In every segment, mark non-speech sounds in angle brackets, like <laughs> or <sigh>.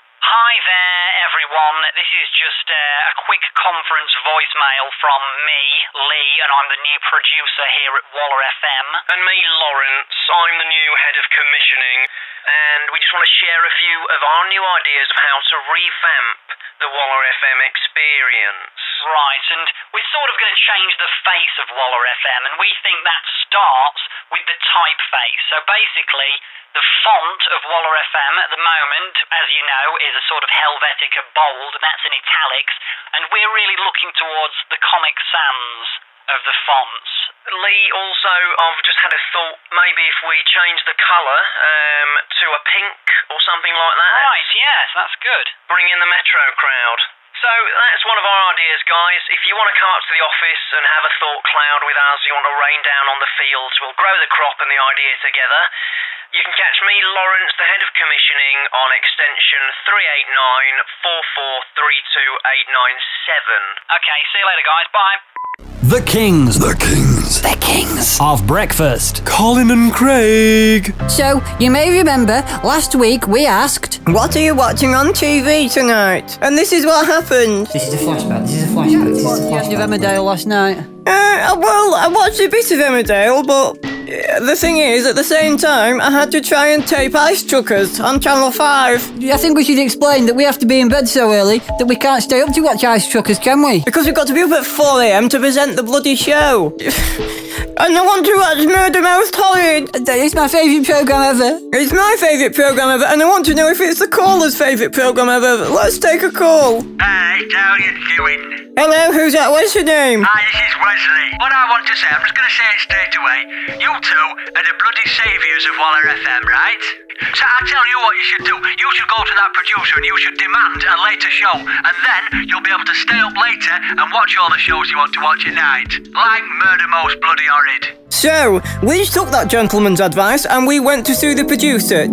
Hi there, everyone. This is just uh, a quick conference voicemail from me, Lee, and I'm the new producer here at Waller FM. And me, Lawrence. I'm the new head of commissioning, and we just want to share a few of our new ideas of how to revamp the Waller FM experience. Right, and we're sort of going to change the face of Waller FM, and we think that starts with the typeface. So basically, the font of Waller FM at the moment, as you know, is a sort of Helvetica bold, and that's in italics, and we're really looking towards the Comic Sans of the fonts. Lee, also, I've just had a thought. Maybe if we change the colour um, to a pink or something like that. Right, yes, that's good. Bring in the metro crowd. So that's one of our ideas, guys. If you want to come up to the office and have a thought cloud with us, you want to rain down on the fields, we'll grow the crop and the idea together. You can catch me, Lawrence, the head of commissioning, on extension 389 Okay, see you later, guys. Bye. The Kings. The Kings. The Kings. Of breakfast. Colin and Craig. So, you may remember last week we asked, What are you watching on TV tonight? And this is what happened. This is a flashback. This is a flashback. This is a End of flashback. Emmerdale last night. Uh, well, I watched a bit of Emmerdale, but uh, the thing is, at the same time, I had to try and tape Ice Truckers on Channel 5 I think we should explain that we have to be in bed so early that we can't stay up to watch Ice Truckers, can we? because we've got to be up at 4am to present the bloody show. <laughs> and I want to watch Murder Most Horrid. It's Uh, my favourite programme ever. It's my favourite programme ever, and I want to know if it's the caller's favourite programme ever. Let's take a call. Hi, how you doing? Hello, who's that? What's your name? Hi, this is Wesley. What I want to say, I'm just going to say it straight away. You two are the bloody saviours of Waller FM, right? So I tell you what you should do. You should go to that producer and you should demand a later show, and then you'll be able to stay up later and watch all the shows you want to watch at night, like Murder Most Bloody Horrid. So, we took that gentleman's advice and we went to sue the producer.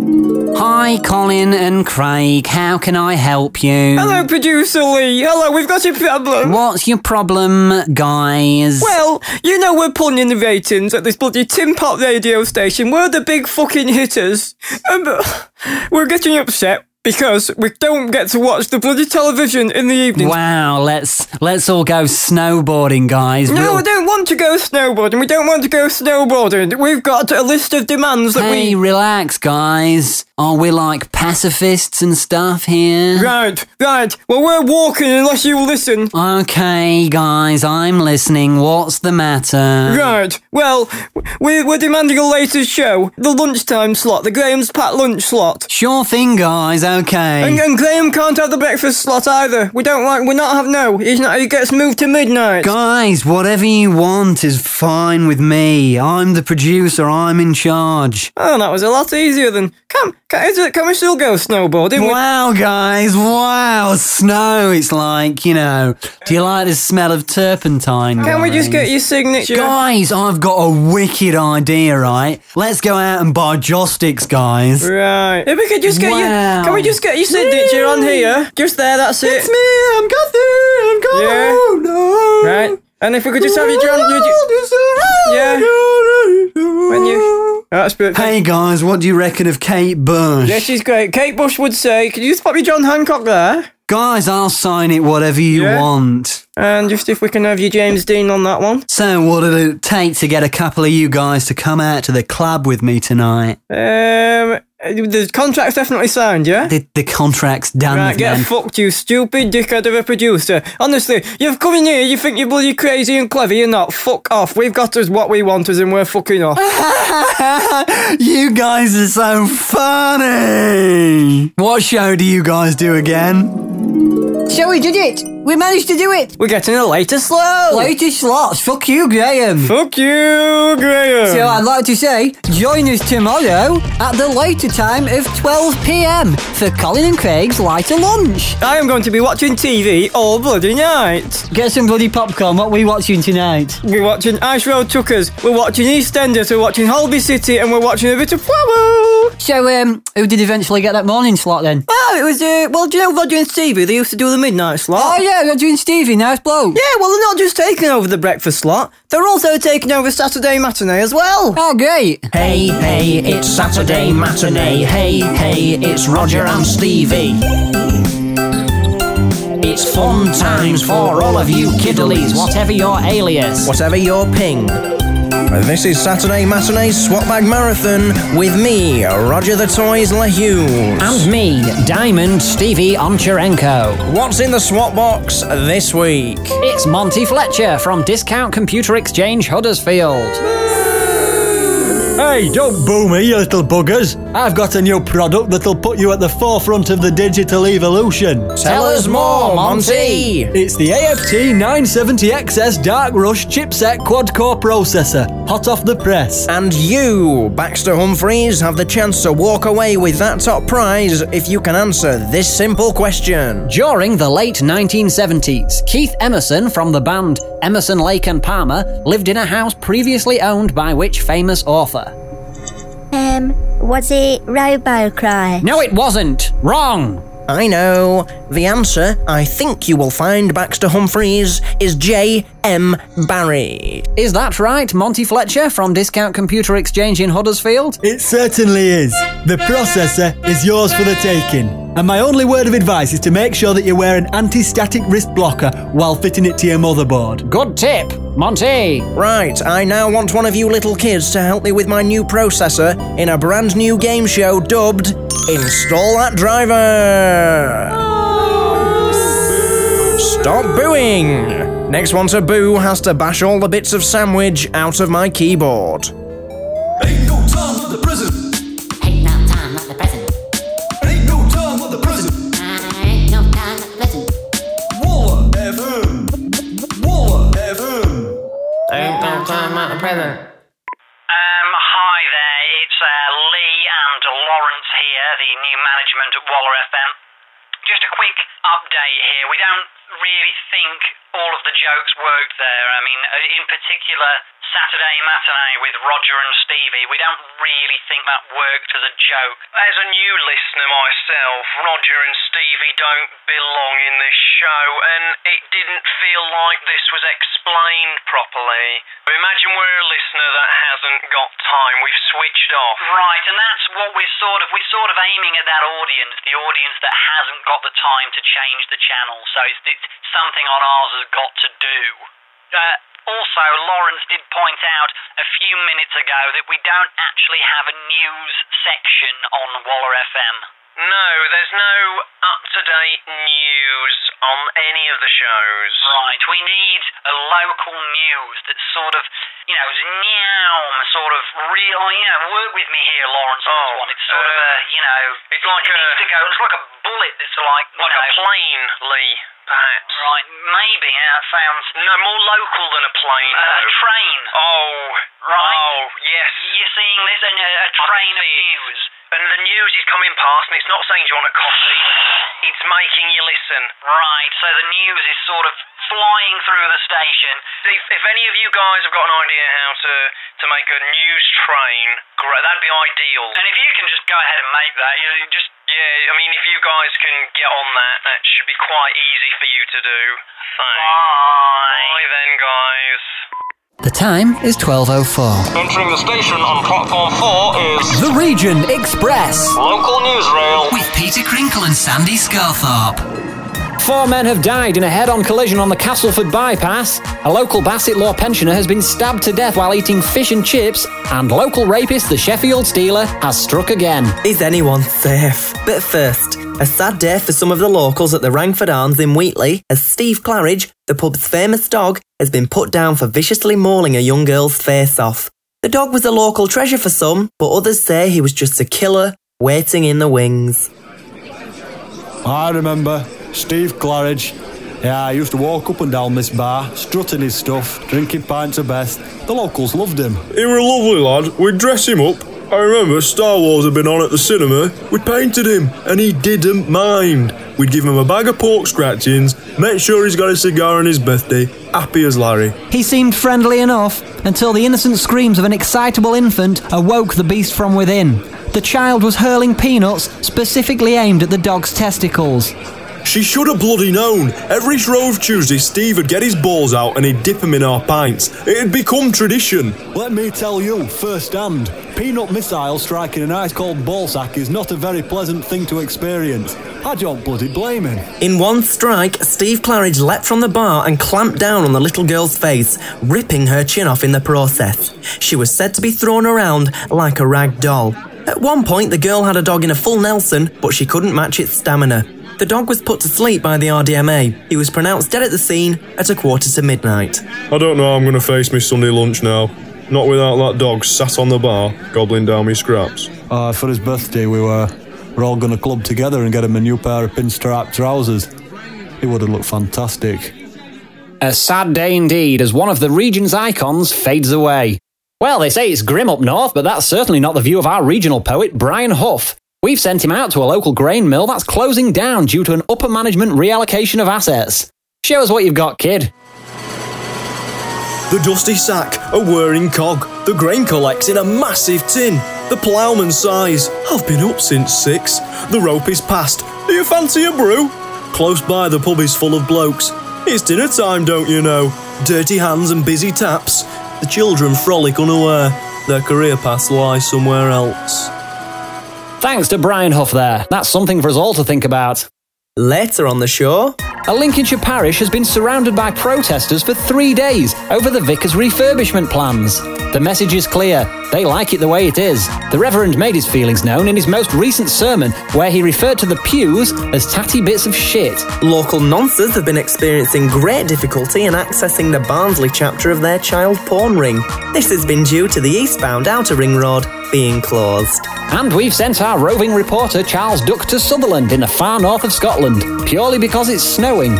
Hi, Colin and Craig. How can I help you? Hello, producer Lee. Hello, we've got a problem. What's your problem, guys? Well, you know we're pulling in the ratings at this bloody tin pot radio station. We're the big fucking hitters. Um, <sighs> we're getting upset because we don't get to watch the bloody television in the evening. wow. Let's let's all go snowboarding, guys. No, We'll- we don't want to go snowboarding. We don't want to go snowboarding. We've got a list of demands that Hey, we. relax, guys. Are we like pacifists and stuff here? Right, right. Well, we're walking unless you listen. Okay, guys, I'm listening. What's the matter? Right. Well, we're, we're demanding a later show. The lunchtime slot, the Graham's Pat lunch slot. Sure thing, guys. Okay. And, and Graham can't have the breakfast slot either. We don't like. We're not have no. He's not. He gets moved to midnight. Guys, whatever you want is fine with me. I'm the producer, I'm in charge. Oh, that was a lot easier than. Come, can, is it, can we still go snowboarding? We- Wow, guys, wow, snow. It's like, you know, do you like the smell of turpentine? Can we guys? just get your signature? Guys, I've got a wicked idea, right? Let's go out and buy joysticks, guys. Right. If we could just get Wow. your. Can we just get your signature on here? Just there. That's it. me, I'm Guthrie, I'm gone. Yeah. no. Right. And if we could just have your drum. Your, ju- Yeah. when you. Oh, that's perfect. Hey guys, what do you reckon of Kate Bush? Yeah, she's great. Kate Bush would say, "Could you just pop your John Hancock there?" Guys, I'll sign it whatever you Yeah. want. And just if we can uh, have your James Dean on that one. So, what did it take to get a couple of you guys to come out to the club with me tonight? Um, the contract's definitely signed, yeah. The, the contract's done, Right, get man. fucked, you stupid dickhead of a producer. Honestly, you've come in here, you think you're bloody crazy and clever, you're not. Fuck off. We've got us what we want us and we're fucking off. <laughs> you guys are so funny. What show do you guys do again? So we did it. We managed to do it. We're getting a later slow. Latest slots. Fuck you, Graham. Fuck you, Graham. So I'd like to say, join us tomorrow at the later time of 12pm for Colin and Craig's Lighter Lunch. I am going to be watching TV all bloody night. Get some bloody popcorn. What we watching tonight? We're watching Ice Road Tuckers, we're watching EastEnders, we're watching Holby City, and we're watching a bit of Power. So, um, who did eventually get that morning slot then? Oh, it was, uh, well, do you know Roger and Stevie? They used to do the midnight slot. Oh yeah, Roger and Stevie, nice bloke. Yeah, well, they're not just taking over the breakfast slot, they're also taking over Saturday matinee as well. Oh great. Hey, hey, it's Saturday matinee. Hey, hey, it's Roger and Stevie. It's fun times for all of you kiddlies, whatever your alias. whatever your ping. This is Saturday Matinee Swapback Marathon with me, Roger the Toys LaHughes. And me, Diamond Stevie Oncharenko. What's in the swap box this week? It's Monty Fletcher from Discount Computer Exchange Huddersfield. Hey, don't boo me, you little buggers. I've got a new product that'll put you at the forefront of the digital evolution. Tell us more, Monty. It's the AFT 970XS Dark Rush chipset quad core processor, hot off the press. And you, Baxter Humphreys, have the chance to walk away with that top prize if you can answer this simple question. During the late 1970s, Keith Emerson from the band Emerson, Lake and Palmer lived in a house previously owned by which famous author? Um, was it Robocry? No, it wasn't. Wrong. I know. The answer, I think you will find, Baxter Humphreys, is J.M. Barry. Is that right, Monty Fletcher from Discount Computer Exchange in Huddersfield? It certainly is. The processor is yours for the taking. And my only word of advice is to make sure that you wear an anti static wrist blocker while fitting it to your motherboard. Good tip, Monty. Right, I now want one of you little kids to help me with my new processor in a brand new game show dubbed Install That Driver. Stop booing! Next one to boo has to bash all the bits of sandwich out of my keyboard. Ain't no time for the prison. Ain't no time like the present. Ain't no time for the prison. I ain't no time like the present. Waller FM. Waller FM. Ain't no time like the present. Um, hi there, it's uh, Lee and Lawrence here, the new management at Waller FM. Just a quick update here. We don't really think all of the jokes worked there. I mean, uh, in particular, Saturday Matinee with Roger and Stevie, we don't really think that worked as a joke. As a new listener myself, Roger and Stevie don't belong in this show, and it didn't feel like this was explained properly. Imagine we're a listener that hasn't got time, we've switched off. Right, and that's what we're sort of we're sort of aiming at that audience, the audience that hasn't got the time to change the channel. So it's, it's something on ours has got to do. Uh, also, Lawrence did point out a few minutes ago that we don't actually have a news section on Waller FM. No, there's no up to date news on any of the shows. Right, we need a local news that's sort of, you know, meow, sort of real. You know, work with me here, Lawrence. on this Oh, one. It's sort of uh, a, you know, it's like it a- needs to go. It's like a bullet. It's like you Like a know, plane, Lee, perhaps. Right, maybe. Yeah, that sounds. No, more local than a plane. Uh, a though. train. Oh, Right. Oh, yes. You're seeing this and a, a I can train of see it. news. And the news is coming past, and it's not saying do you want a coffee. It's making you listen. Right, so the news is sort of flying through the station. If, if any of you guys have got an idea how to to make a news train, great, that'd be ideal. And if you can just go ahead and make that, you know, just yeah, I mean, if you guys can get on that, that should be quite easy for you to do. Thanks. Bye then, guys. The time is 12.04. Entering the station on platform 4 is The Region Express. local newsreel. With Peter Crinkle and Sandy Scarthorpe. Four men have died in a head on collision on the Castleford bypass. A local Bassett Law pensioner has been stabbed to death while eating fish and chips. And local rapist, the Sheffield Stealer, has struck again. Is anyone safe? But first, a sad day for some of the locals at the Rangford Arms in Wheatley as Steve Claridge, the pub's famous dog, has been put down for viciously mauling a young girl's face off. The dog was a local treasure for some, but others say he was just a killer waiting in the wings. I remember Steve Claridge. Yeah, I used to walk up and down this bar, strutting his stuff, drinking pints of best. The locals loved him. He were a lovely lad. We'd dress him up. I remember Star Wars had been on at the cinema. We painted him, and he didn't mind. We'd give him a bag of pork scratchings, make sure he's got a cigar on his birthday, happy as Larry. He seemed friendly enough until the innocent screams of an excitable infant awoke the beast from within. The child was hurling peanuts specifically aimed at the dog's testicles. She should have bloody known. Every Shrove Tuesday, Steve would get his balls out and he'd dip 'em in our pints. It'd become tradition. Let me tell you, first hand, peanut missile striking an ice cold ball sack is not a very pleasant thing to experience. I don't bloody blame him. In one strike, Steve Claridge leapt from the bar and clamped down on the little girl's face, ripping her chin off in the process. She was said to be thrown around like a rag doll. At one point, the girl had a dog in a full Nelson, but she couldn't match its stamina. The dog was put to sleep by the RDMA. He was pronounced dead at the scene at a quarter to midnight. I don't know how I'm going to face my Sunday lunch now. Not without that dog sat on the bar, gobbling down me scraps. Uh, for his birthday, we were, we're all going to club together and get him a new pair of pinstripe trousers. He would have looked fantastic. A sad day indeed as one of the region's icons fades away. Well, they say it's grim up north, but that's certainly not the view of our regional poet, Brian Huff. We've sent him out to a local grain mill that's closing down due to an upper management reallocation of assets. Show us what you've got, kid. The dusty sack, a whirring cog. The grain collects in a massive tin. The ploughman sighs, I've been up since six. The rope is past. Do you fancy a brew? Close by, the pub is full of blokes. It's dinner time, don't you know? Dirty hands and busy taps. The children frolic unaware. Their career paths lie somewhere else. Thanks to Brian Huff there. That's something for us all to think about. Later on the show, a Lincolnshire parish has been surrounded by protesters for three days over the vicar's refurbishment plans. The message is clear. They like it the way it is. The Reverend made his feelings known in his most recent sermon, where he referred to the pews as tatty bits of shit. Local nonces have been experiencing great difficulty in accessing the Barnsley chapter of their child porn ring. This has been due to the eastbound outer ring road being closed. And we've sent our roving reporter Charles Duck to Sutherland in the far north of Scotland, purely because it's snowing.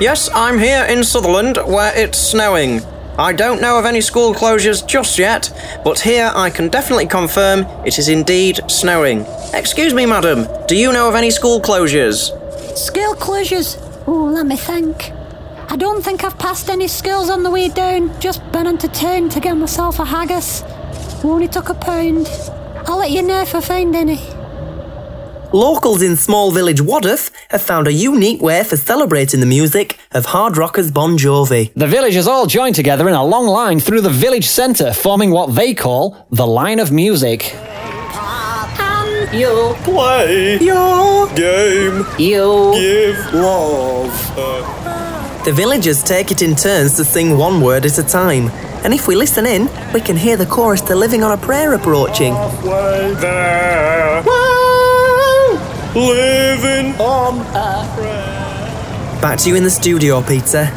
Yes, I'm here in Sutherland where it's snowing. I don't know of any school closures just yet, but here I can definitely confirm it is indeed snowing. Excuse me, madam, do you know of any school closures? School closures? Oh, let me think. I don't think I've passed any schools on the way down, just been into town to get myself a haggis. Only took a pound. I'll let you know if I find any. Locals in small village Wadhurst have found a unique way for celebrating the music of hard rockers Bon Jovi. The villagers all join together in a long line through the village centre, forming what they call the Line of Music. You play your game. You give love. The villagers take it in turns to sing one word at a time, and if we listen in, we can hear the chorus to Living on a Prayer approaching. Halfway there. Living on a Back to you in the studio, Peter.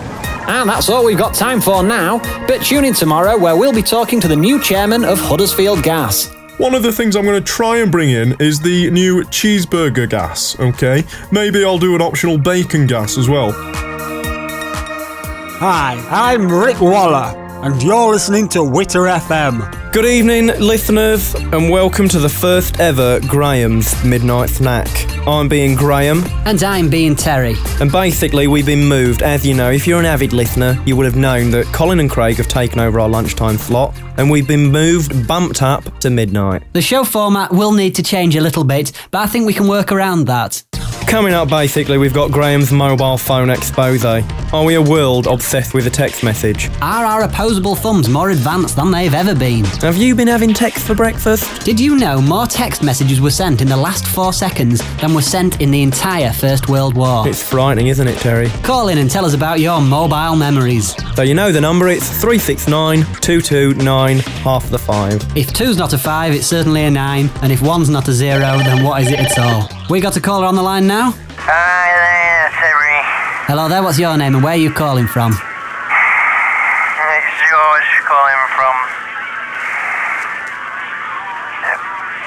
And that's all we've got time for now, but tune in tomorrow where we'll be talking to the new chairman of Huddersfield Gas. One of the things I'm going to try and bring in is the new cheeseburger gas, okay? Maybe I'll do an optional bacon gas as well. Hi, I'm Rick Waller, and you're listening to Witter FM. Good evening, listeners, and welcome to the first ever Graham's Midnight Snack. I'm being Graham. And I'm being Terry. And basically, we've been moved. As you know, if you're an avid listener, you would have known that Colin and Craig have taken over our lunchtime slot, and we've been moved, bumped up to midnight. The show format will need to change a little bit, but I think we can work around that. Coming up, basically, we've got Graham's mobile phone expose. Are we a world obsessed with a text message? Are our opposable thumbs more advanced than they've ever been? Have you been having text for breakfast? Did you know more text messages were sent in the last four seconds than were sent in the entire First World War? It's frightening, isn't it, Terry? Call in and tell us about your mobile memories. So you know the number, it's 369 229 half the five. If two's not a five, it's certainly a nine, and if one's not a zero, then what is it at all? We got a caller on the line now. Hi there, Terry. Hello there, what's your name and where are you calling from? It's George calling from.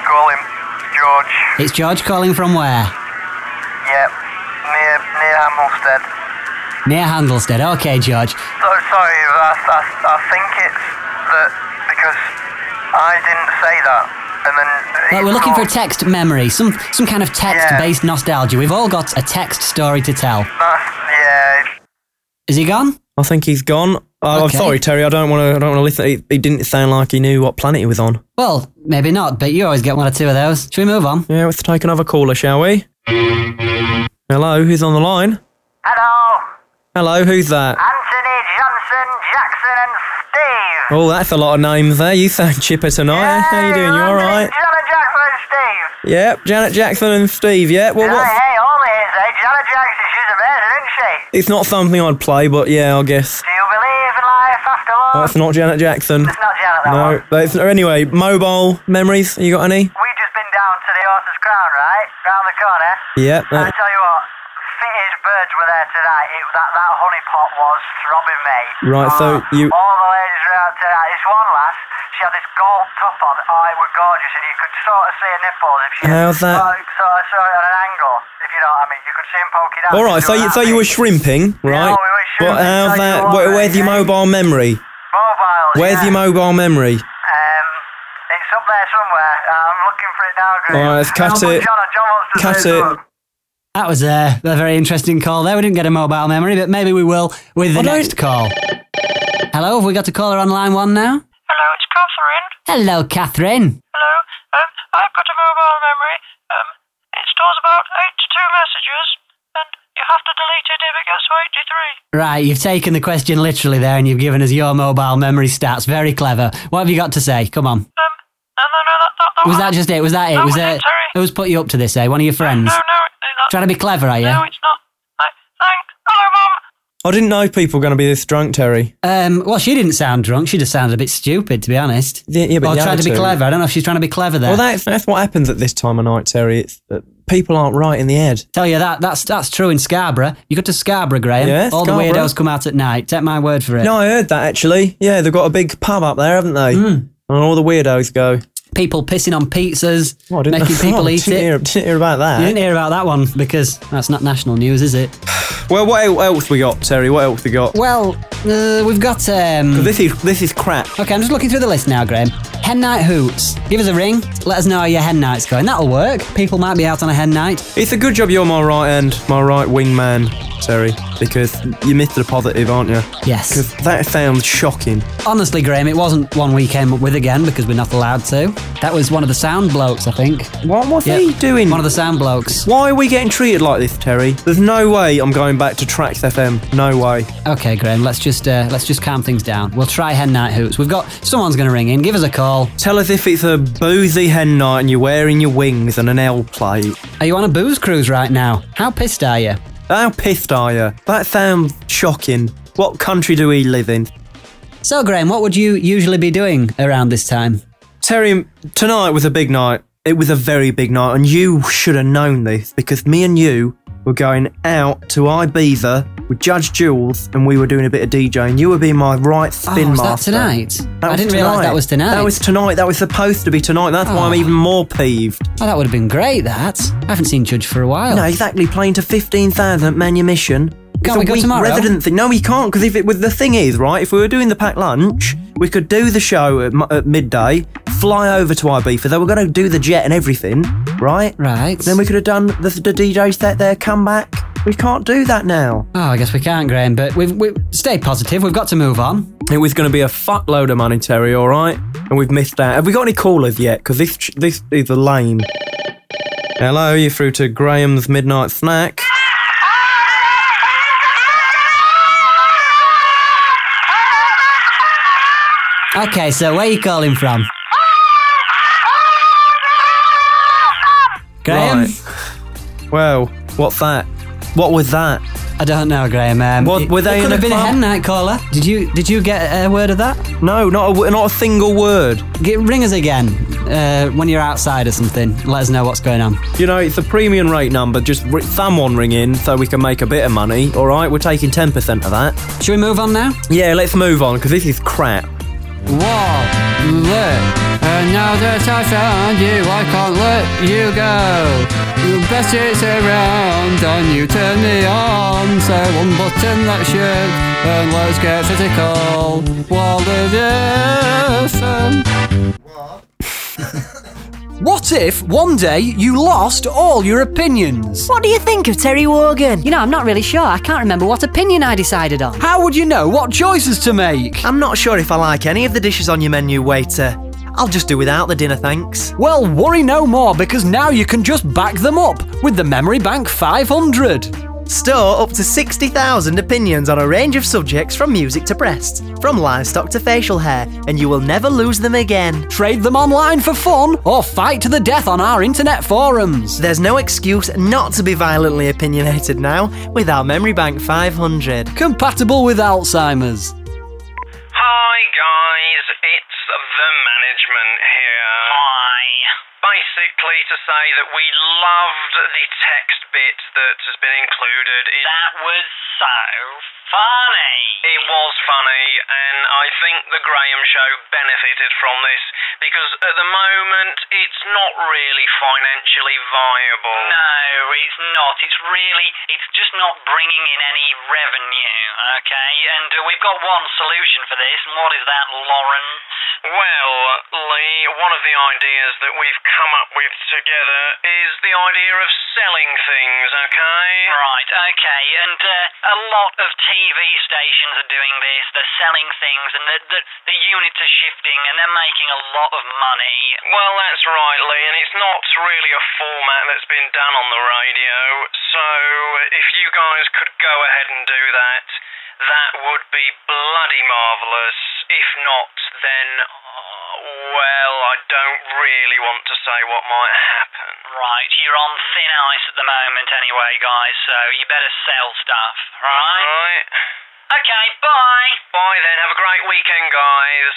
Calling George. It's George calling from where? Yep. Near near Hamelstead. Near Handlestead. Okay, George. So sorry, I, I, I think it's that because I didn't say that, and then. Well, he we're looking for a called- text memory, some some kind of text-based nostalgia. We've all got a text story to tell. That's, yeah. Is he gone? I think he's gone. Oh, I'm Okay. sorry, Terry. I don't want to. I don't want to listen. He, he didn't sound like he knew what planet he was on. Well, maybe not, but you always get one or two of those. Should we move on? Yeah, let's take another caller, shall we? Hello, who's on the line? Hello, Hello, Oh, who's that? Anthony Johnson, Jackson, and Steve. Oh, that's a lot of names there. You sound <laughs> chipper tonight. How you doing? You all right? Janet Jackson and Steve. Yep, Janet Jackson and Steve. Yeah, well, hey, what? hey, all it is, eh? Janet Jackson, she's amazing, isn't she? It's not something I'd play, but yeah, I guess. Do you believe in life after all? That's not Janet Jackson. It's not Janet, that no, one. that's anyway. Mobile memories. You got any? we just been down to the Horse's Crown, right? Round the corner. Yeah, that- I tell you what, fittest birds were there tonight. It, that, that honey pot was throbbing me. Right, so Oh, you- All the ladies were out tonight. This one lass, she had this gold top on. Oh, it was gorgeous, and you could sort of see her nipples if she... How's that? Oh, you sort of saw it on an angle, if you know what I mean. You could see him poking out. All right, if so you know you, what I so you mean. were shrimping, right? Yeah, we were But shrimping, how so that? you were, where- where's your mobile memory? Mobile, Where's yeah. your mobile memory? Um, it's up there somewhere. I'm looking for it now, Graham. All right, let's cut Oh, but it. John, John wants <laughs> to say something. That was a, a very interesting call there. We didn't get a mobile memory, but maybe we will with the next call. Hello, have we got a caller on line one now? Hello, it's Catherine. Hello, Catherine. Hello. Um, I've got a mobile memory. Um, it stores about 82 messages, and you have to delete it if it gets to 83. Right, you've taken the question literally there and you've given us your mobile memory stats. Very clever. What have you got to say? Come Um, on. was that just it? Was that it? was it? Who's Uh, put you up to this, eh? One of your friends? No, no. Trying to be clever, are you? I didn't know people were going to be this drunk, Terry. Um, well, she didn't sound drunk. She just sounded a bit stupid, to be honest. Yeah, yeah but or the tried to other be two- clever. I don't know if she's trying to be clever there. Well, that's, that's what happens at this time of night, Terry. It's, uh, people aren't right in the head. Tell you that that's that's true in Scarborough. You go to Scarborough, Graham. Yeah, all the Scarborough. weirdos come out at night. Take my word for it. No, I heard that actually. Yeah, they've got a big pub up there, haven't they? And all the weirdos go. Hmm. People pissing on pizzas, didn't making know- <laughs> people oh, eat didn't it. hear- didn't hear about that. You didn't hear about that one because that's not national news, is it? Well, what el- else we got, Terry? What else we got? Well, uh, we've got. Um, this is this is crap. Okay, I'm just looking through the list now, Graham. Hen night hoots. Give us a ring. Let us know how your hen night's going. That'll work. People might be out on a hen night. It's a good job you're my right end, my right wing man, Terry, because you missed the positive, aren't you? Yes. Because that sounds shocking. Honestly, Graham, it wasn't one we came up with again because we're not allowed to. That was one of the sound blokes, I think. What was he doing? One of the sound blokes. Why are we getting treated like this, Terry? There's no way I'm going back to Tracks FM. No way. Okay, Graham. Let's just uh, let's just calm things down. We'll try hen night hoots. We've got someone's going to ring in. Give us a call. Tell us if it's a boozy hen night and you're wearing your wings and an L plate. Are you on a booze cruise right now? How pissed are you? How pissed are you? That sounds shocking. What country do we live in? So, Graham, what would you usually be doing around this time? Terry, tonight was a big night. It was a very big night, and you should have known this because me and you were going out to Ibiza with Judge Jules, and we were doing a bit of DJing. You were being my right spin Oh, was that master. tonight? I was didn't realise that was tonight. That was tonight. That was supposed to be tonight. That's why I'm Oh. even more peeved. Oh, that would have been great. That I haven't seen Judge for a while. No, exactly. Playing to 15,000 manumission. Can't it's we a go week tomorrow? resident thing. No, we can't because if it was the thing is right, if we were doing the packed lunch, we could do the show at, mu- at midday, fly over to Ibiza. They were going to do the jet and everything, right? Right. Then we could have done the, the DJ set there, come back. We can't do that now. Oh, I guess we can't, Graham. But we've we stay positive. We've got to move on. It was going to be a fuckload of money, Terry. All right, and we've missed out. Have we got any callers yet? Because this this is a lame. Hello, you're through to Graham's Midnight Snack. Okay, so where are you calling from? Graham? Right. Well, what's that? What was that? I don't know, Graham. Um, what, were it they could in have been a club? hen night caller. Did you did you get a word of that? No, not a, w- not a single word. Get, ring us again uh, when you're outside or something. Let us know what's going on. You know, it's a premium rate number. Just ri- someone ring in so we can make a bit of money. All right, we're taking ten percent of that. Should we move on now? Yeah, let's move on because this is crap. Whoa, look. Another touch on you, I can't let you go. Your best is around and you turn me on. So unbutton that shirt and let's get physical. Wall of <laughs> What if one day you lost all your opinions? What do you think of Terry Wogan? You know, I'm not really sure. I can't remember what opinion I decided on. How would you know what choices to make? I'm not sure if I like any of the dishes on your menu, waiter. I'll just do without the dinner, thanks. Well, worry no more because now you can just back them up with the Memory Bank 500. Store up to 60,000 opinions on a range of subjects from music to breasts, from livestock to facial hair, and you will never lose them again. Trade them online for fun or fight to the death on our internet forums. There's no excuse not to be violently opinionated now with our Memory Bank 500. Compatible with Alzheimer's. Hi, guys. It's the management here. Hi. Basically, to say that we loved the text bit that has been included in. That was so funny. It was funny, and I think the Graham Show benefited from this because at the moment it's not really financially viable. No, it's not. It's really, it's just not bringing in any revenue, okay? And uh, we've got one solution for this, and what is that, Lauren? Well, Lee, one of the ideas that we've come up with together is the idea of selling things, okay? Right, okay. And uh, a lot of TV stations are doing this. They're selling things, and the, the, the units are shifting, and they're making a lot of money. Well, that's right, Lee, and it's not really a format that's been done on the radio. So if you guys could go ahead and do that, that would be bloody marvellous. If not, then, uh, well, I don't really want to say what might happen. Right, you're on thin ice at the moment anyway, guys, so you better sell stuff, right? Right. Okay, bye! Bye then, have a great weekend, guys.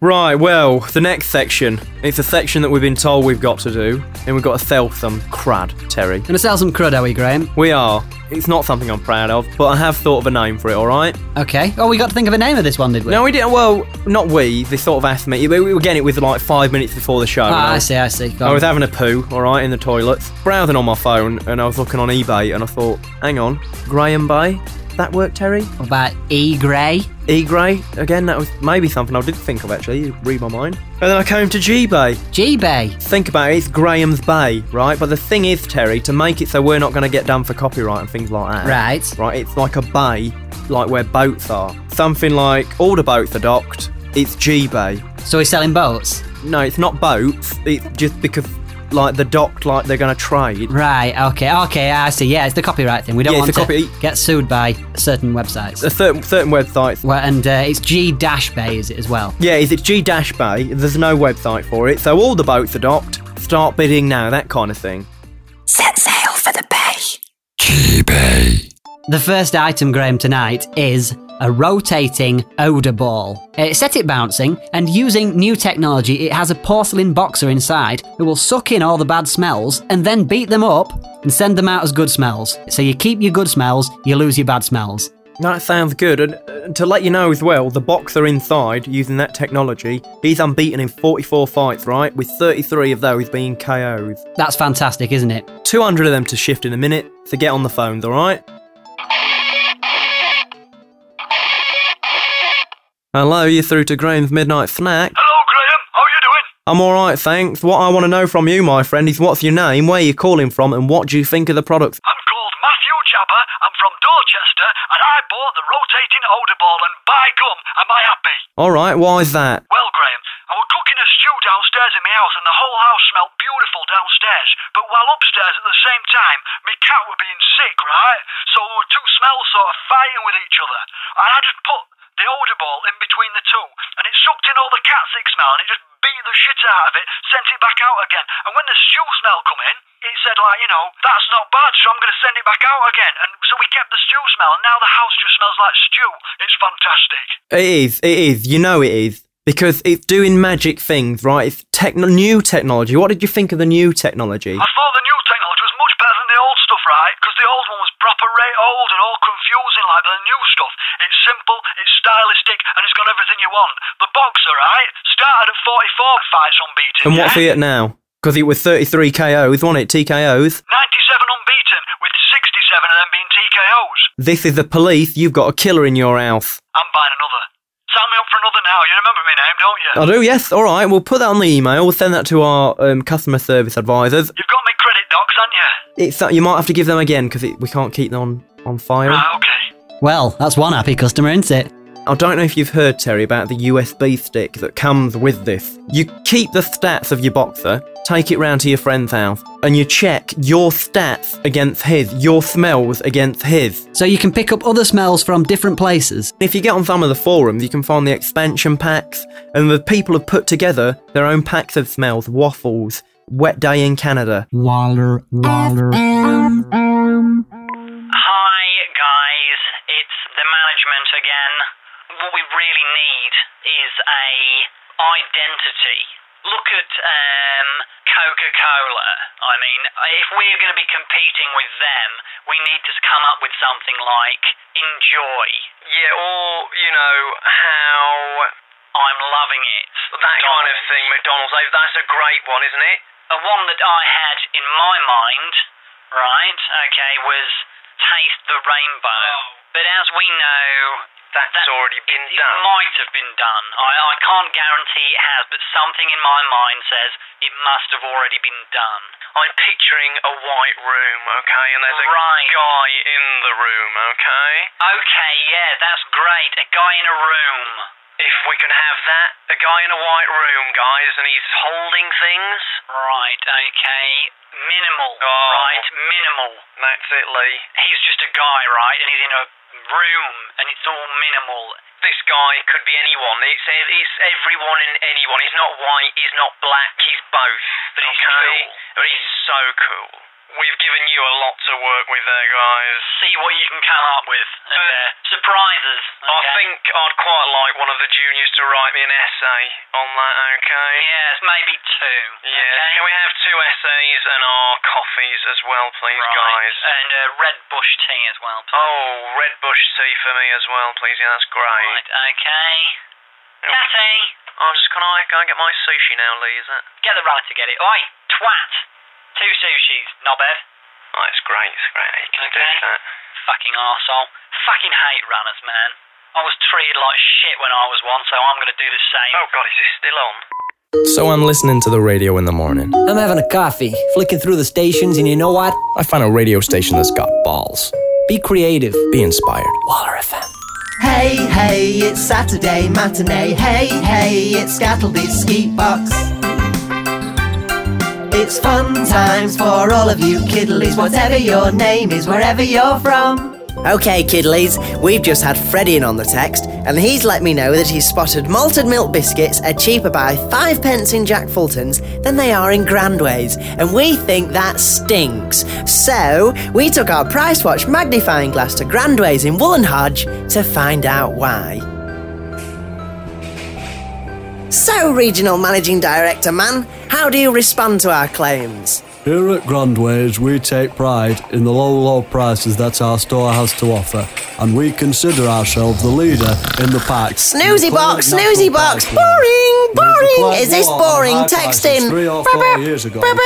Right, well, the next section. It's a section that we've been told we've got to do, and we've got to sell some crud, Terry. Gonna sell some crud, are we, Graham? We are. It's not something I'm proud of, but I have thought of a name for it, alright? Okay. Oh, we got to think of a name of this one, did we? No, we didn't. Well, not we. They sort of asked me. We were getting it with like five minutes before the show. and Ah, I was- see, I see. Go I on. was Oh, having a poo, all right, in the toilets, browsing on my phone, and I was looking on eBay, and I thought, hang on, Graham Bay, that work, Terry? What about E Grey? E Grey, again, that was maybe something I did think of actually. You read my mind. And then I came to G Bay. G Bay. Think about it, it's Graham's Bay, right? But the thing is, Terry, to make it so we're not going to get done for copyright and things like that. Right. Right, it's like a bay, like where boats are. Something like all the boats are docked. It's G Bay. So we're selling boats? No, it's not boats. It's just because, like, the docked, like they're going to trade. Right, okay, okay, I see. Yeah, it's the copyright thing. We don't Yeah, want it's to a get sued by certain websites. A certain, certain websites. Well, and uh, it's G Dash Bay, is it as well? Yeah, is it G Dash Bay? There's no website for it, so all the boats are docked. Start bidding now, that kind of thing. Set sail for the bay. The first item, Graham, tonight is a rotating odour ball. Uh, set it bouncing, and using new technology, it has a porcelain boxer inside who will suck in all the bad smells and then beat them up and send them out as good smells. So you keep your good smells, you lose your bad smells. That sounds good. And uh, to let you know as well, the boxer inside, using that technology, he's unbeaten in 44 fights, right? With 33 of those being KOs. That's fantastic, isn't it? 200 of them to shift in a minute, so get on the phones, alright? Hello, you're through to Graham's Midnight Snack. Hello, Graham. How you doing? I'm alright, thanks. What I want to know from you, my friend, is what's your name, where you're calling from, and what do you think of the product? I'm called Matthew Jabber. I'm from Dorchester, and I bought the rotating odor ball, and by gum, am I happy? Alright, why's that? Well, Graham, I was cooking a stew downstairs in my house, and the whole house smelled beautiful downstairs. But while upstairs at the same time, my cat were being sick, right? So there were two smells sort of fighting with each other. And I just put the odor ball in between the two, and it sucked in all the cat sick smell, and it just beat the shit out of it, sent it back out again. And when the stew smell come in, it said like, you know, that's not bad, so I'm going to send it back out again. And so we kept the stew smell, and now the house just smells like stew. It's fantastic. It is, it is, you know it is. Because it's doing magic things, right? It's techno- new technology. What did you think of the new technology? I thought the new technology was much better than the old stuff, right? Because the old one was proper rate old and all confusing, like but the new stuff. It's simple, it's stylistic, and it's got everything you want. The boxer, right? Started at 44 fights unbeaten. And what's yeah? it now? Because it was 33 KOs, wasn't it? 97 TKOs. unbeaten, with 67 of them being TKOs. This is the police. You've got a killer in your house. I'm buying another. Sign me up for another now. You remember my name, don't you? I do, yes. All right, we'll put that on the email. We'll send that to our um, customer service advisors. You've got me credit docs, haven't you? It's that you might have to give them again because we can't keep them on on file. Right, Ah, okay. Well, that's one happy customer, isn't it? I don't know if you've heard, Terry, about the USB stick that comes with this. You keep the stats of your boxer, take it round to your friend's house, and you check your stats against his, your smells against his. So you can pick up other smells from different places. If you get on some of the forums, you can find the expansion packs, and the people have put together their own packs of smells, waffles, wet day in Canada. Waller, waller. Hi, guys. It's the management again. What we really need is a identity. Look at um, Coca-Cola. I mean, if we're going to be competing with them, we need to come up with something like enjoy. Yeah, or, you know, how I'm loving it. that kind of thing, McDonald's. They- That's a great one, isn't it? A one that I had in my mind, right? Okay, was taste the rainbow. Oh. But as we know, That's already been it done. might have been done. I, I can't guarantee it has, but something in my mind says it must have already been done. I'm picturing a white room, okay, and there's a Right. guy in the room, okay? Okay, yeah, that's great. A guy in a room. If we can have that, a guy in a white room, guys, and he's holding things. Right, okay. Minimal. Oh. Right, minimal. That's it, Lee. He's just a guy, right? And he's in a room, and it's all minimal. This guy could be anyone. It's, ev- it's everyone and anyone. He's not white, he's not black, he's both. But he's cool. But he's so cool. We've given you a lot to work with there, guys. See what you can come up with. Uh, surprises. I think I'd quite like one of the juniors to write me an essay on that, okay? Yes, maybe two. Yeah. Can we have two essays and our coffees as well, please, Right. guys? And uh, red bush tea as well. Please. Oh, red bush tea for me as well, please. Yeah, that's great. Right, okay. Catty, Oh, just can I go and get my sushi now, Lee? Is that? get the runner to get it. Oi, twat. Two sushis, not bad. Oh, it's great. It's great. You can Okay. do that. Fucking arsehole. Fucking hate runners, man. I was treated like shit when I was one, so I'm gonna do the same. Oh god, is this still on? So I'm listening to the radio in the morning. I'm having a coffee, flicking through the stations, and you know what? I find a radio station that's got balls. Be creative. Be inspired. Waller FM. Hey, hey, it's Saturday matinee. Hey, hey, it's Scattleby's Skeet Box. It's fun times for all of you kiddlies, whatever your name is, wherever you're from. Okay, kiddlies, we've just had Freddie in on the text, and he's let me know that he's spotted malted milk biscuits are cheaper by five pence in Jack Fulton's than they are in Grandways, and we think that stinks. So, we took our Price Watch magnifying glass to Grandways in Woollen Hodge to find out why. So, Regional Managing Director Man, how do you respond to our claims? Here at Grandways, we take pride in the low, low prices that our store has to offer, and we consider ourselves the leader in the pack. Snoozy box, snoozy box, boring, boring. Is this boring? Texting. Three or four years ago, when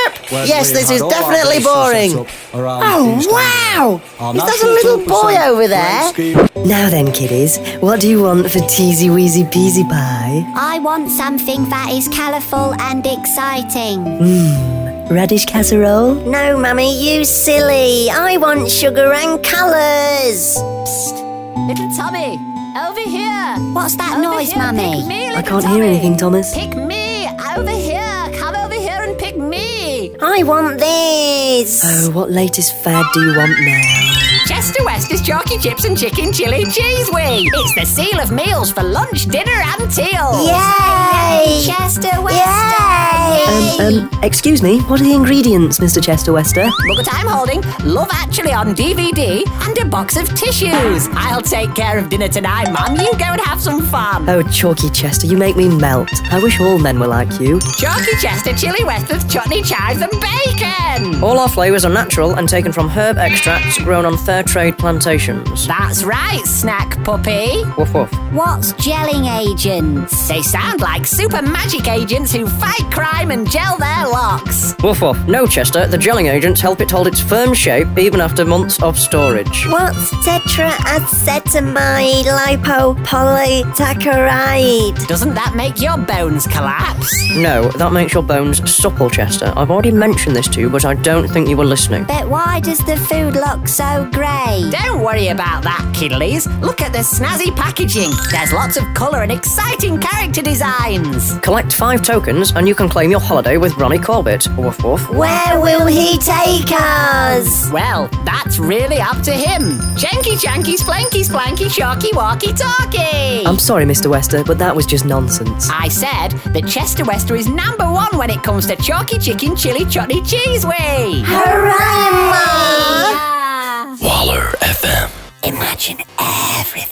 Yes, we this had is all our definitely business boring. set up around Oh, East wow! Our Is that a national little boy 2% over there? Now then, kiddies, what do you want for Teasy Weezy Peasy Pie? I want something that is colourful and exciting. Mmm, radish casserole? No, Mummy, you silly. I want sugar and colours. Little Tommy, over here! What's that noise, Mummy? I can't hear anything, Thomas. Pick me over here. Come over here and pick me. I want these. Oh, what latest fad do you want now? Chester West's chalky chips and chicken chili cheese wee. It's the seal of meals for lunch, dinner, and teal. Yay! Chester West. Um, um, excuse me, what are the ingredients, Mr. Chester Wester? Book that I'm holding, Love Actually on DVD, and a box of tissues. I'll take care of dinner tonight, Mum. You go and have some fun. Oh, Chalky Chester, you make me melt. I wish all men were like you. Chalky Chester Chili West with chutney, chives, and bacon. All our flavours are natural and taken from herb extracts grown on fair trade plantations. That's right, snack puppy. Woof woof. What's gelling agents? They sound like super magic agents who fight crime and gel their locks. Woof woof. No, Chester, the gelling agents help it hold its firm shape even after months of storage. What's tetraacetamide lipopolysaccharide? Doesn't that make your bones collapse? No, that makes your bones supple, Chester. I've already mentioned this to you, but I don't think you were listening. But why does the food look so grey? Don't worry about that, kiddlies. Look at the snazzy packaging. There's lots of colour and exciting character designs. Collect five tokens and you can claim your holiday with Ronnie Corbett. Woof woof. Where will he take us? Well, that's really up to him. Janky jankies, flankies, flanky, sharky, walkie, talkie. Um. I'm sorry, Mr. Wester, but that was just nonsense. I said that Chester Wester is number one when it comes to chalky chicken chili chutney cheese way. Hooray, Ma! Waller FM. Imagine everything.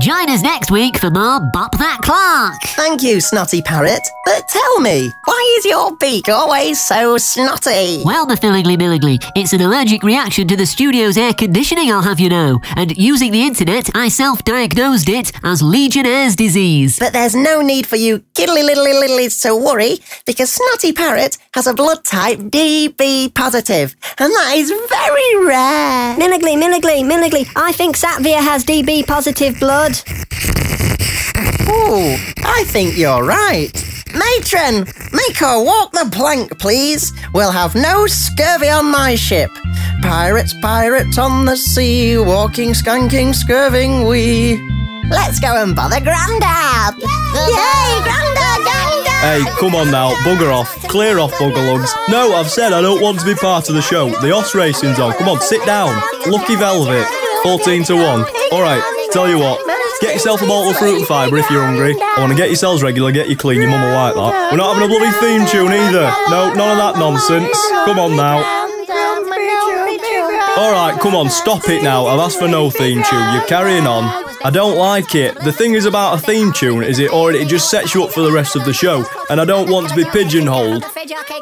Join us next week for more Bop That Clark. Thank you, snotty parrot. But tell me, why is your beak always so snotty? Well, the fillingly millingly, it's an allergic reaction to the studio's air conditioning, I'll have you know. And using the internet, I self diagnosed it as Legionnaire's disease. But there's no need for you kiddly liddly liddlies to worry because Snotty Parrot has a blood type DB positive, and that is very rare. Minigly, Minigly, Minigly, I think Satvia has DB positive blood. Ooh, I think you're right. Matron, make her walk the plank, please. We'll have no scurvy on my ship. Pirates, pirates on the sea, walking, skanking, scurving we. Let's go and bother Grandad. Yay, Grandad, Grandad! Hey, come on now, bugger off. Clear off, bugger lugs. No, I've said I don't want to be part of the show. The horse racing's on. Come on, sit down. Lucky Velvet, 14 to 1. Alright, tell you what. Get yourself a bottle of fruit and fibre if you're hungry. I want to get yourselves regular, get you clean, your mum will like that. We're not having a bloody theme tune either. No, none of that nonsense. Come on now. Alright, come on, stop it now. I've asked for no theme tune. You're carrying on. I don't like it. The thing is about a theme tune is it already it just sets you up for the rest of the show, and I don't want to be pigeonholed. Hi, hi, Lawrence.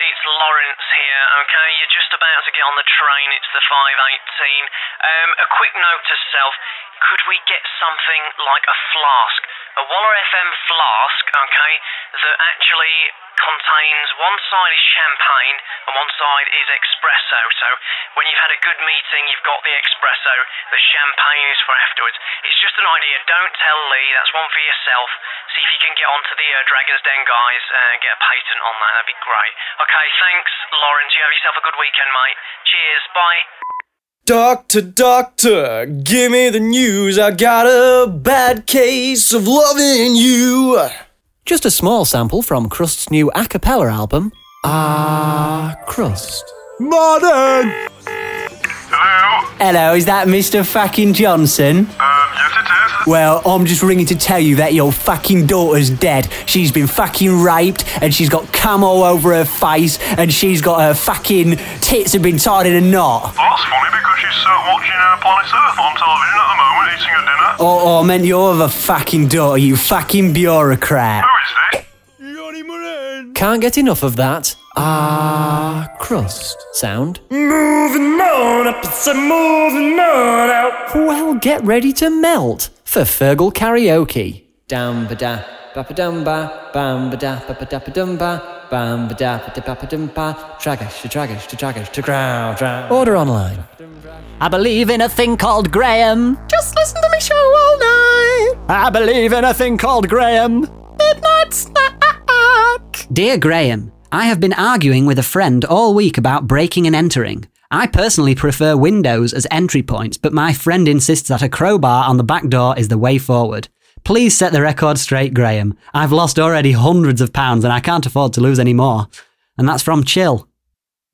It's Lawrence here. Okay, you're just about to get on the train. It's the 518. Um, a quick note to self: could we get something like a flask, a Waller FM flask? Okay, that actually contains one side is champagne and one side is espresso. So when you've had a good meeting, you've got the espresso. The champagne is for afterwards. It's just an idea. Don't tell Lee. That's one for yourself. See if you can get onto the uh, Dragons Den guys uh, and get a patent on that. That'd be great. Okay, thanks, Lawrence. You have yourself a good weekend, mate. Cheers. Bye. Doctor, doctor, give me the news. I got a bad case of loving you. Just a small sample from Crust's new a cappella album, Ah Crust. Modern! Hello, is that Mr. fucking Johnson? Well, I'm just ringing to tell you that your fucking daughter's dead. She's been fucking raped and she's got camo over her face and she's got her fucking tits have been tied in a knot. That's funny because she's sat watching uh, Planet Earth on television at the moment, eating her dinner. Oh, oh, I meant your other fucking daughter, you fucking bureaucrat. Can't get enough of that. Ah, crust sound. Moving on up, it's a moving on out. Well, get ready to melt for Fergal Karaoke. Dum ba da, ba ba dum ba, bam ba da, ba ba da ba dum ba, bam ba da, ba da ba ba dum ba, tragash to tragash to tragash to growl, drown. Order online. I believe in a thing called Graham. Just listen to me show all night. I believe in a thing called Graham. Midnight snack. Dear Graham, I have been arguing with a friend all week about breaking and entering. I personally prefer windows as entry points, but my friend insists that a crowbar on the back door is the way forward. Please set the record straight, Graham. I've lost already hundreds of pounds and I can't afford to lose any more. And that's from Chill.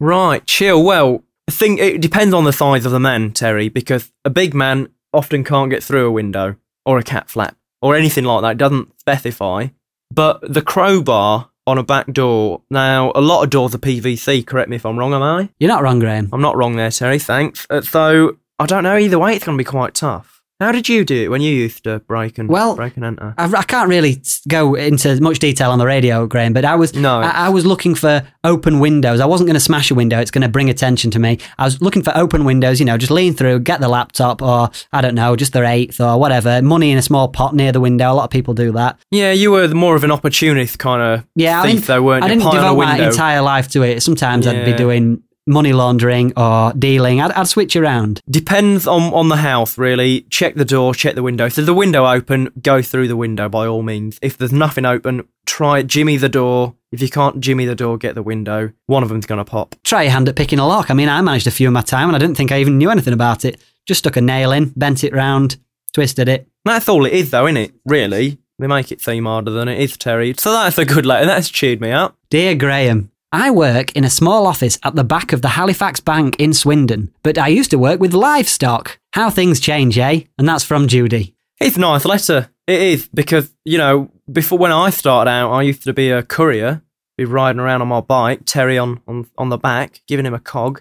Right, chill. Well, I think it depends on the size of the man, Terry, because a big man often can't get through a window or a cat flap or anything like that. It doesn't specify. But the crowbar on a back door. Now, a lot of doors are PVC, correct me if I'm wrong, am I? You're not wrong, Graham. I'm not wrong there, Terry, thanks. Uh, so, I don't know, either way, it's going to be quite tough. How did you do it when you used to break and, Well, break and enter? I, I can't really s- go into much detail on the radio, Graham, but I was I, I was looking for open windows. I wasn't going to smash a window; it's going to bring attention to me. I was looking for open windows. You know, just lean through, get the laptop, or I don't know, just their eighth or whatever. Money in a small pot near the window. A lot of people do that. Yeah, you were the more of an opportunist kind of Yeah, I thief, didn't, though, weren't I you? didn't Pie on a devote my window. entire life to it. Sometimes I'd be Yeah. doing money laundering or dealing. I'd, I'd switch around. Depends on, on the house, really. Check the door, check the window. If there's a window open, go through the window by all means. If there's nothing open, try jimmy the door. If you can't jimmy the door, get the window. One of them's gonna pop. Try your hand at picking a lock. I mean, I managed a few in my time and I didn't think I even knew anything about it. Just stuck a nail in, bent it round, twisted it. That's all it is, though, isn't it? Really, they make it seem harder than it is, Terry. So that's a good letter. That's cheered me up. Dear Graham, I work in a small office at the back of the Halifax Bank in Swindon, but I used to work with livestock. How things change, eh? And that's from Judy. It's a nice letter. It is because you know before when I started out, I used to be a courier, be riding around on my bike, Terry on on, on the back, giving him a cog.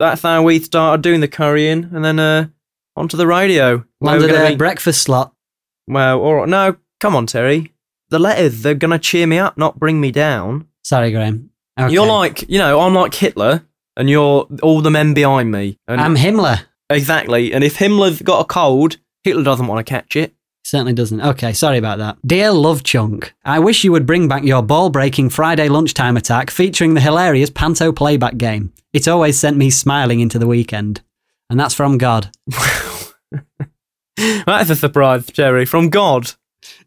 That's how we started doing the couriering, and then uh, onto the radio. where we're Landed gonna a be- breakfast slot. Well, all right, no, come on, Terry. The letters they're gonna cheer me up, not bring me down. Sorry, Graham. You're like, you know, I'm like Hitler, and you're all the men behind me. And I'm Himmler. Exactly. And if Himmler's got a cold, Hitler doesn't want to catch it. Certainly doesn't. Okay, sorry about that. Dear Love Chunk, I wish you would bring back your ball breaking Friday lunchtime attack featuring the hilarious Panto playback game. It always sent me smiling into the weekend. And that's from God. That's a surprise, Terry, from God.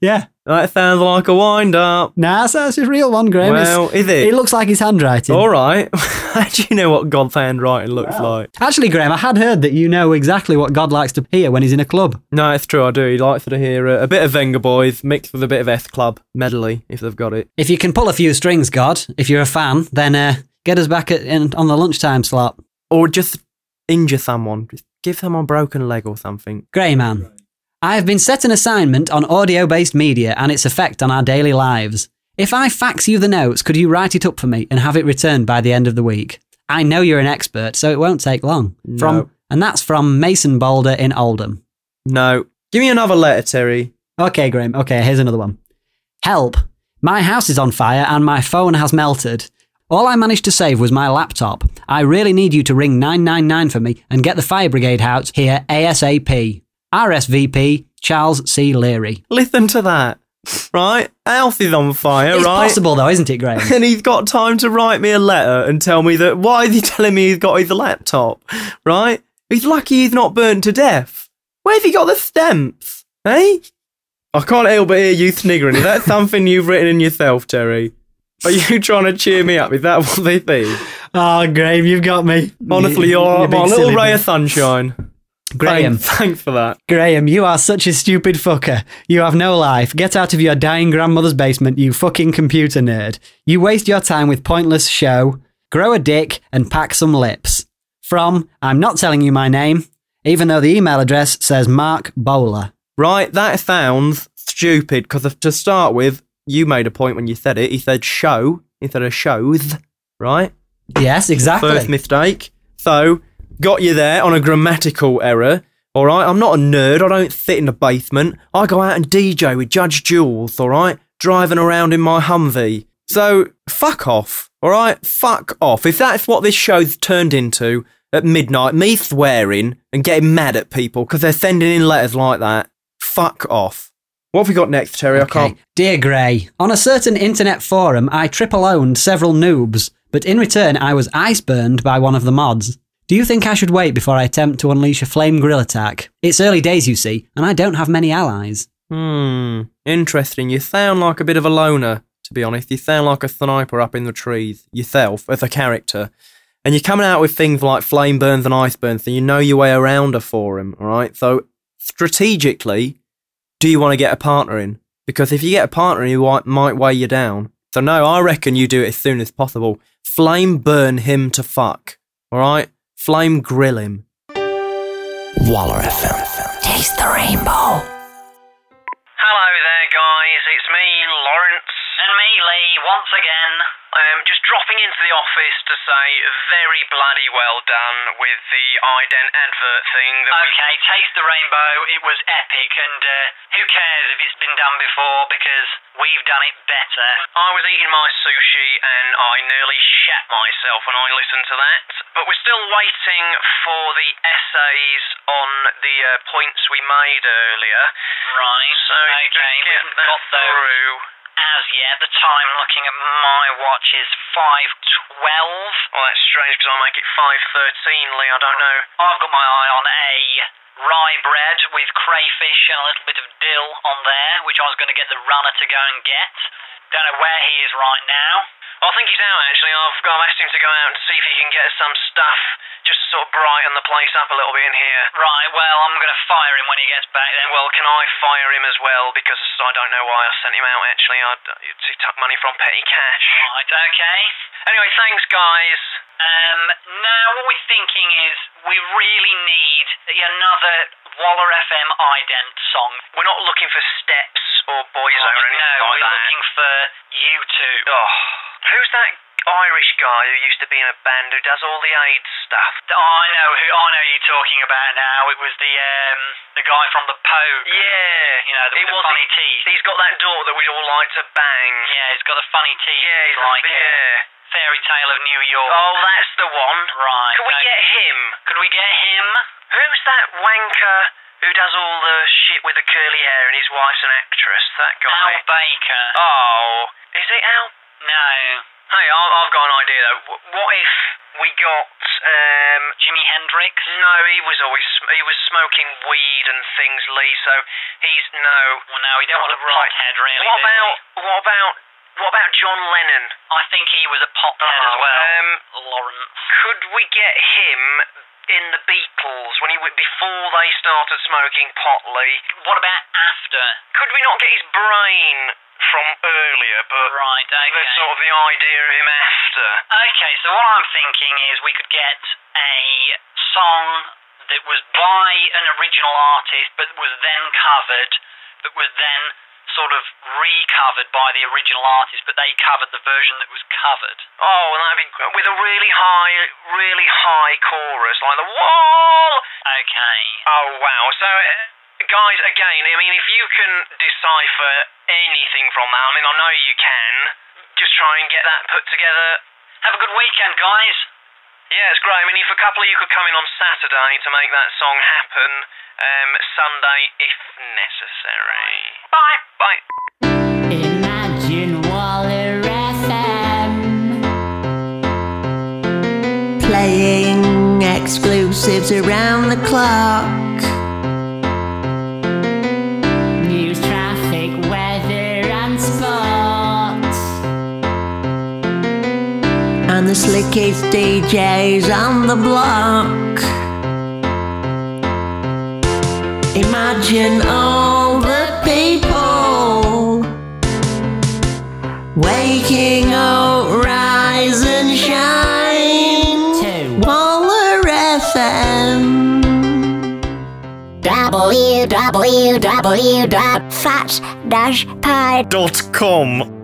Yeah. That sounds like a wind up. Nah, so that's his real one, Graham. It's- Well, is it? It looks like his handwriting. All right. <laughs> How do you know what God's handwriting looks like? Actually, Graham, I had heard that you know exactly what God likes to hear when he's in a club. No, it's true. I do. He likes to hear uh, a bit of Venga Boys mixed with a bit of S Club medley, if they've got it. If you can pull a few strings, God, if you're a fan, then uh, get us back at, in, on the lunchtime slot. Or just injure someone. Just give someone a broken leg or something. Grey Man, I have been set an assignment on audio based media and its effect on our daily lives. If I fax you the notes, could you write it up for me and have it returned by the end of the week? I know you're an expert, so it won't take long. No. From and that's from Mason Boulder in Oldham. No. Give me another letter, Terry. Okay, Graham. Okay, here's another one. Help! My house is on fire and my phone has melted. All I managed to save was my laptop. I really need you to ring 999 for me and get the fire brigade out here ASAP. RSVP Charles C. Leary. Listen to that. Right? House is on fire, It's right? possible though, isn't it, Graham? <laughs> and he's got time to write me a letter and tell me that why is he <laughs> telling me he's got his laptop, right? He's lucky he's not burnt to death. Where's he got the stamps? Eh? I can't help but hear you sniggering. <laughs> Is that something you've written in yourself, Terry? Are you <laughs> trying to cheer me up? Is that what they think? Oh, Graham, you've got me. Honestly, You- you're you're my being little silly, ray mate. of sunshine. <laughs> Graham. Thanks, thanks for that. Graham, you are such a stupid fucker. You have no life. Get out of your dying grandmother's basement, you fucking computer nerd. You waste your time with pointless show. Grow a dick and pack some lips. From I'm not telling you my name, even though the email address says Mark Bowler. Right, that sounds stupid because to start with, you made a point when you said it. He said show instead of shows, right? Yes, exactly. First mistake. So, got you there on a grammatical error. All right, I'm not a nerd. I don't sit in the basement. I go out and DJ with Judge Jules, all right? Driving around in my Humvee. So, fuck off, all right? Fuck off. If that's what this show's turned into at midnight, me swearing and getting mad at people because they're sending in letters like that, fuck off. What have we got next, Terry? I can't. Dear Grey, on a certain internet forum, I triple owned several noobs, but in return, I was ice burned by one of the mods. Do you think I should wait before I attempt to unleash a flame grill attack? It's early days, you see, and I don't have many allies. Hmm, interesting. You sound like a bit of a loner, to be honest. You sound like a sniper up in the trees yourself as a character. And you're coming out with things like flame burns and ice burns, and you know your way around a forum, all right? So, strategically, do you want to get a partner in? Because if you get a partner in, he might, might weigh you down. So, no, I reckon you do it as soon as possible. Flame burn him to fuck, all right? Flame grill him. Waller FM. Taste the rainbow. Hello there, guys. It's me, Lawrence. And me, Lee, once again. Um, just dropping into the office to say very bloody well done with the ident advert thing. That Okay, Taste the Rainbow, it was epic, and uh, who cares if it's been done before because we've done it better. I was eating my sushi and I nearly shat myself when I listened to that. But we're still waiting for the essays on the uh, points we made earlier. Right, So okay, we get haven't that got those through. as yet. The time looking at my watch is 5.12. Well, that's strange because I make it 5.13, Lee. I don't know. I've got my eye on a rye bread with crayfish and a little bit of dill on there, which I was going to get the runner to go and get. Don't know where he is right now. I think he's out actually. I've, I've asked him to go out and see if he can get us some stuff just to sort of brighten the place up a little bit in here. Right, well, I'm going to fire him when he gets back then. Well, can I fire him as well? Because I don't know why I sent him out actually. I, he took money from petty cash. Right, okay. Anyway, thanks guys. Um, now what we're thinking is we really need another Waller FM ident song. We're not looking for steps or boyzone or anything no, like we're that. looking for you two. Oh, who's that Irish guy who used to be in a band who does all the AIDS stuff? oh, I know who I know you're talking about now. It was the um, the guy from the Pogue. Yeah, you know, the, he with the was- funny teeth. He's got that door that we'd all like to bang. yeah, he's got the funny teeth. Yeah, he's like uh, a, yeah. fairy tale of New York. Oh, that's the one. right. Could we okay. get him? Could we get him? Who's that wanker who does all the shit with the curly hair and his wife's an actress? That guy. Al Baker. Oh, is it Al? No. Hey, I've, I've got an idea though. Wh- What if we got um, Jimi Hendrix. No, he was always sm- he was smoking weed and things, Lee. So he's no. Well, no, we don't want a pothead, really. What do we? about what about what about John Lennon? I think he was a pothead as Oh, well. Um, Lawrence. could we get him in the Beatles when he w- before they started smoking pot, Lee? What about after? Could we not get his brain from earlier? But Right, the okay. sort of the idea of him after. Okay, so what I'm thinking is we could get a song that was by an original artist but was then covered, but was then sort of recovered by the original artist, but they covered the version that was covered. Oh, and that'd be gr- with a really high, really high chorus, like the wall. Okay. Oh wow! So, uh, guys, again, I mean, if you can decipher anything from that, I mean, I know you can. Just try and get that put together. Have a good weekend, guys. Yeah, it's great. I mean, if a couple of you could come in on Saturday to make that song happen, um, Sunday if necessary. Bye. Bye. Imagine Waller FM Playing exclusives around the clock. news, traffic, weather, and sports. And the slickest DJs on the block. Imagine all the people waking up, rise and shine. Waller FM. www.fat-pie.com